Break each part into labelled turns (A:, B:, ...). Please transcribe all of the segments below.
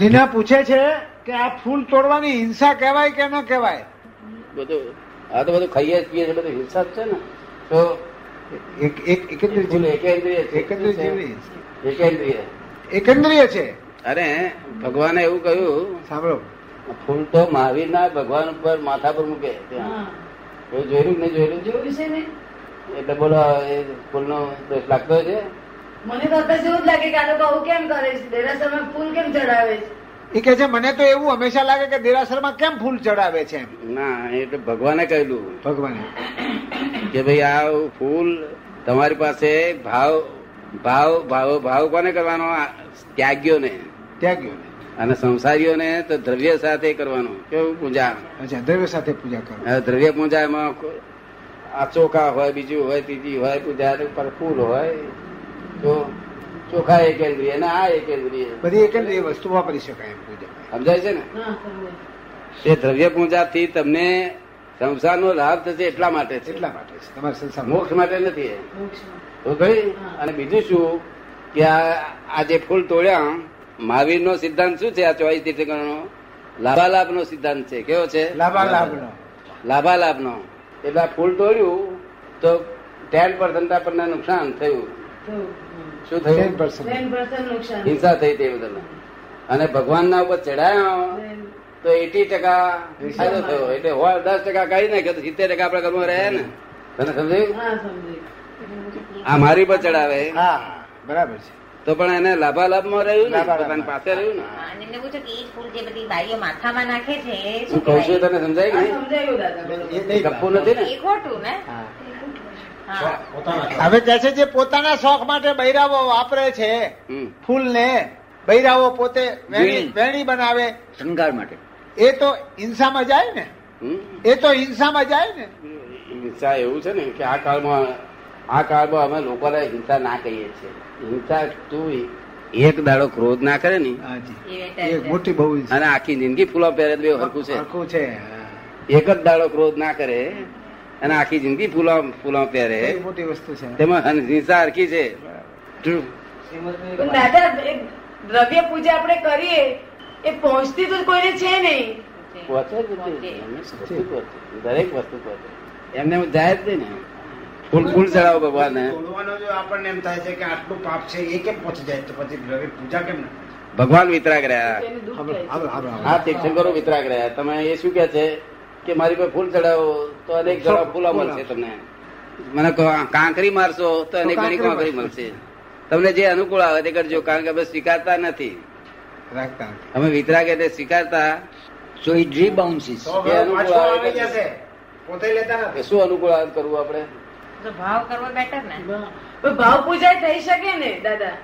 A: લીના પૂછે છે કે આ ફૂલ તોડવાની હિંસા કહેવાય કે ન કહેવાય
B: બધું આ તો બધું ખાઈએ જ પીએ છે બધું હિંસા જ છે ને તો
A: એક એક એકંદરીય
B: ફૂલ
A: જીવન-
B: એકેન્દ્રિય છે.
A: એકંદરીય જીવન.
B: એકેન્દ્રિય.
A: એકંદરીય છે
B: અરે ભગવાને એવું કહ્યું
A: સાંભળો
B: ફૂલ તો મહાવીરના ભગવાન ઉપર માથા પર મૂકે ત્યાં એવું જોયેલું કે નહીં જોયેલું
C: જોયું છે ને
B: એટલે બોલો એ ફૂલનો દોષ લાગતો છે
C: મને તો અત્યારે એવું જ લાગે કે આ લોકો આવું કેમ કરે છે દેરાસરમાં ફૂલ કેમ ચડાવે
A: એ
C: છે
A: કે છે મને તો એવું હંમેશા લાગે કે દેરાસરમાં કેમ ફૂલ ચડાવે છે એમ
B: ના એટલે ભગવાને કહેલું
A: ભગવાને
B: કે ભાઈ આ ફૂલ તમારી પાસે ભાવ ભાવ ભાવ ભાવ કોને કરવાનો આ ત્યાગીઓને
A: ત્યાગ્યો
B: અને સંસારીઓને તો દ્રવ્ય સાથે કરવાનો કેવું પૂજા
A: અચ્છા દ્રવ્ય સાથે પૂજા કરો
B: હવે દ્રવ્ય પૂજા એમાં કો- આ ચોખા હોય બીજું હોય ત્રીજી હોય પૂજા એની ઉપર ફૂલ હોય તો ચોખા એકેન્દ્રિય ને આ એકેન્દ્રિય
A: બધી એકંદરીય વસ્તુ વાપરી શકાય એમ પૂજા
B: સમજાય છે ને
C: હા, સમજાય.
B: એ દ્રવ્ય પૂજાથી તમને સંસારનો લાભ થશે એટલા માટે છે
A: એટલા માટે છે તમારા સંસારમાં
B: મોક્ષ માટે નથી એ.
C: મોક્ષમાં.
B: તો ભાઈ
C: હા.
B: અને બીજું શું કે આ આ જે ફૂલ તોડ્યા મહાવીરનો સિદ્ધાંત શું છે આ ચોવીસ તીર્થંકરનો લાભાલાભનો સિદ્ધાંત છે કેવો છે
A: લાભા લાભનો
B: લાભાલાભનો એટલે આ ફૂલ તોડ્યું તો ટેન પર્સન્ટ આપણને નુકસાન થયું
C: થયું.
B: શું
A: ટેન
B: થયું
C: હમ.
A: પર્સન્ટ
C: 10% નુકસાન
B: હિંસા થઈ તે બદલ અને ભગવાનના ઉપર ચડાયો
C: 10.
B: તો એટી ટકા ફાયદો થયો એટલે હોય દસ ટકા કાઢી નાખ્યો તો સિત્તેર ટકા આપણા ઘરમાં રહે ને તને સમજાયું
C: હા સમજાય
B: આ મારી પર ચડાવે
A: હા બરાબર છે
B: તો પણ એને લાભાલાભમાં રહ્યું ને
A: લાભાલાભમાં.
B: પોતાની પાસે રહ્યું ને
D: હા, અને એમને પૂછો કે ઈ ફૂલ જે બધી બાઈઓ માથામાં નાખે છે એ
B: હું
D: શું
B: કહું છું એ તને
D: કહેવાય?
B: સમજાય કે નહીં?
C: આ સમજાયું દાદા
A: એ
C: બરોબર.
A: નહીં
B: ગપ્પુ નથી ને
D: એ ખોટું ને
A: હા.
D: હા
A: હવે કહે છે જે પોતાના શોખ માટે બૈરાઓ વાપરે છે
B: હમ.
A: ફૂલને બૈરાઓ પોતે વેણી
B: વેણી.
A: વેણી બનાવે
E: શણગાર માટે
A: એ તો હિંસામાં જાય ને
B: હમ.
A: એ તો હિંસામાં જાય ને
B: હિંસા એવું છે ને કે આ કાળમાં આ કાળમાં અમે લોકોને હિંસા ના કહીએ છીએ હિંસા તું એક દાડો ક્રોધ ના કરે ને
A: હાજી
D: એ
A: એ
D: ટાઈપ
A: મોટી બહુ હિંસા
B: અને આખી જિંદગી ફૂલો પહેરે તો બે હરખું છે
A: હરખું છે હા.
B: એક જ દાડો ક્રોધ ના કરે અને આખી જિંદગી ફૂલો ફૂલો પહેરે
A: એ મોટી વસ્તુ છે
B: તેમાં હિંસા હરખી છે
C: પણ દાદા એ દ્રવ્ય પૂજા આપણે કરીએ એ પહોંચતી તો કોઈને છે નહીં
D: છે.
B: પહોંચે જ
D: પહોંચે.
B: નહીં. એમને વસ્તુ પહોંચે. દરેક વસ્તુ પહોંચે એમને હું જાય જ નહીં ને ફૂલ ફૂલ ચડાવો ભગવાનને
F: તોડવાનો જો આપણને એમ થાય છે કે આટલું પાપ છે એ કેમ પહોંચી જાય તો પછી હવે પૂજા કેમ ના થાય?
B: ભગવાન વિતરાગ રહ્યા
C: તેને દુઃખ
A: હાલો,
C: થાય
A: હાલો,
C: છે.
A: હાલો, હાલો.
B: આ તીર્થંકરો વિતરાગ રહ્યા તમે એ શું કે છે કે મારી પર ફૂલ ચડાવો તો અનેક ઘણા ફૂલા મળશે તમને મને કહો, આ કાંકરી મારશો તો અનેક ઘણી કાંકરી મળશે તમને જે અનુકૂળ આવે તે કરજો કારણ કે અમે સ્વીકારતા નથી
A: રાખતા
B: અમે વિતરાગ એટલે સ્વીકારતા
E: સો ઇટ રીબાઉન્સીસ
F: તો
B: એ
F: હવે
B: અનુકૂળ
F: પાછું
B: આવે
F: આવી
B: છે.
F: જશે પોતે લેતા
B: કે
F: નથી
B: શું અનુકૂળ આવે તો કરવું આપણે
D: તો ભાવ કરવો બેટર ને
C: પણ ભાવ પૂજા થઈ શકે ને દાદા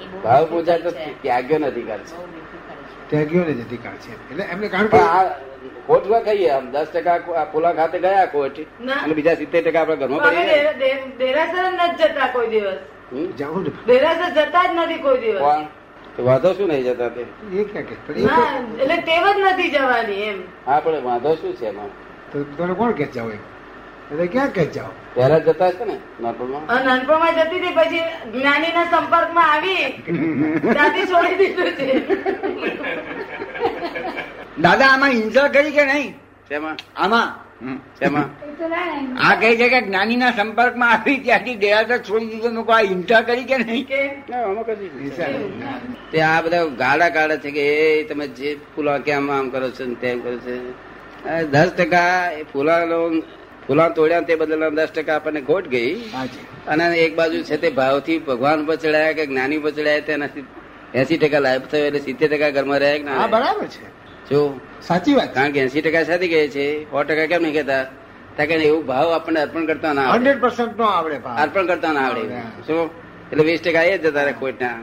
D: એ બહુ
B: ભાવ
D: મોટી
B: પૂજા તો
D: ચીજ છે.
B: ત્યાગ્યો નથી કરશે
D: બહુ મોટી કરે છે.
A: ત્યાગીઓને જ અધિકાર છે એટલે એમને કારણ
B: પણ
A: કે
B: આ ખોટમાં કહીએ આમ દસ ટકા ફૂલા ખાતે ગયા ખોટ
C: ના.
B: અને બીજા સિત્તેર ટકા આપણા
C: તો
B: ઘરમાં
C: અમે
B: પડી ગયા.
C: દે- દે- દેરાસર જ નથી જતા કોઈ દિવસ
B: હમ?
A: જવું
C: દેરાસર જતા જ નથી કોઈ દિવસ
B: કોણ તો વાંધો શું નહીં જતા તે
A: ને એ ક્યાં કે પણ
C: ના
A: એ
C: એટલે ટેવ જ નથી જવાની એમ
B: હા પણ વાંધો શું છે એમાં
A: તો તો તમે કોણ કે જાઓ એમ એટલે ક્યાં કે જાઓ
B: પહેલા જ જતા હશે ને નાનપણમાં
C: અને નાનપણમાં જતી હતી પછી જ્ઞાનીના સંપર્કમાં આવી દાદી છોડી દીધું છે
E: દાદા આમાં હિંસા કરી કે નહીં
B: શેમાં
E: આમાં
B: શેમાં
E: આ કહે છે કે જ્ઞાનીના સંપર્કમાં આવી ત્યાંથી દેરાસર છોડી દીધો લોકો આ હિંસા કરી કે નહીં
C: કે
B: ના, આમાં કશી હિંસા
A: હિંસા
B: નહીં.
A: નહીં. ના.
B: તે આ બધા ગાડા ગાડા છે કે એ તમે જે ફૂલા કેમ આમ કરો છો ને તેમ કરો છો આ દસ ટકા એ ફૂલાનો ફૂલા તોડ્યા તે બદલ દસ ટકા આપણને ખોટ ગઈ
A: હાજી
B: અને એક બાજુ છે તે ભાવથી ભગવાન પર ચડાયા કે જ્ઞાની પર ચડાયા તેનાથી એસી ટકા લાભ થયો એટલે સિત્તેર ટકા ઘરમાં રહ્યા કે
A: હા
B: ના રહ્યા?
A: બરાબર છે
B: જો
A: સાચી વાત
B: કારણ કે એસી ટકા સાથે કહે છે સો ટકા કેમ નહીં કહેતા કારણ કે એવું ભાવ આપણને અર્પણ કરતા ના આવડે.
A: હંડ્રેડ પર્સન્ટ નો આવડે ભાવ
B: અર્પણ કરતા ના આવડે
A: આવડે.
B: શું એટલે વીસ ટકા એ જતા રહે ખોટના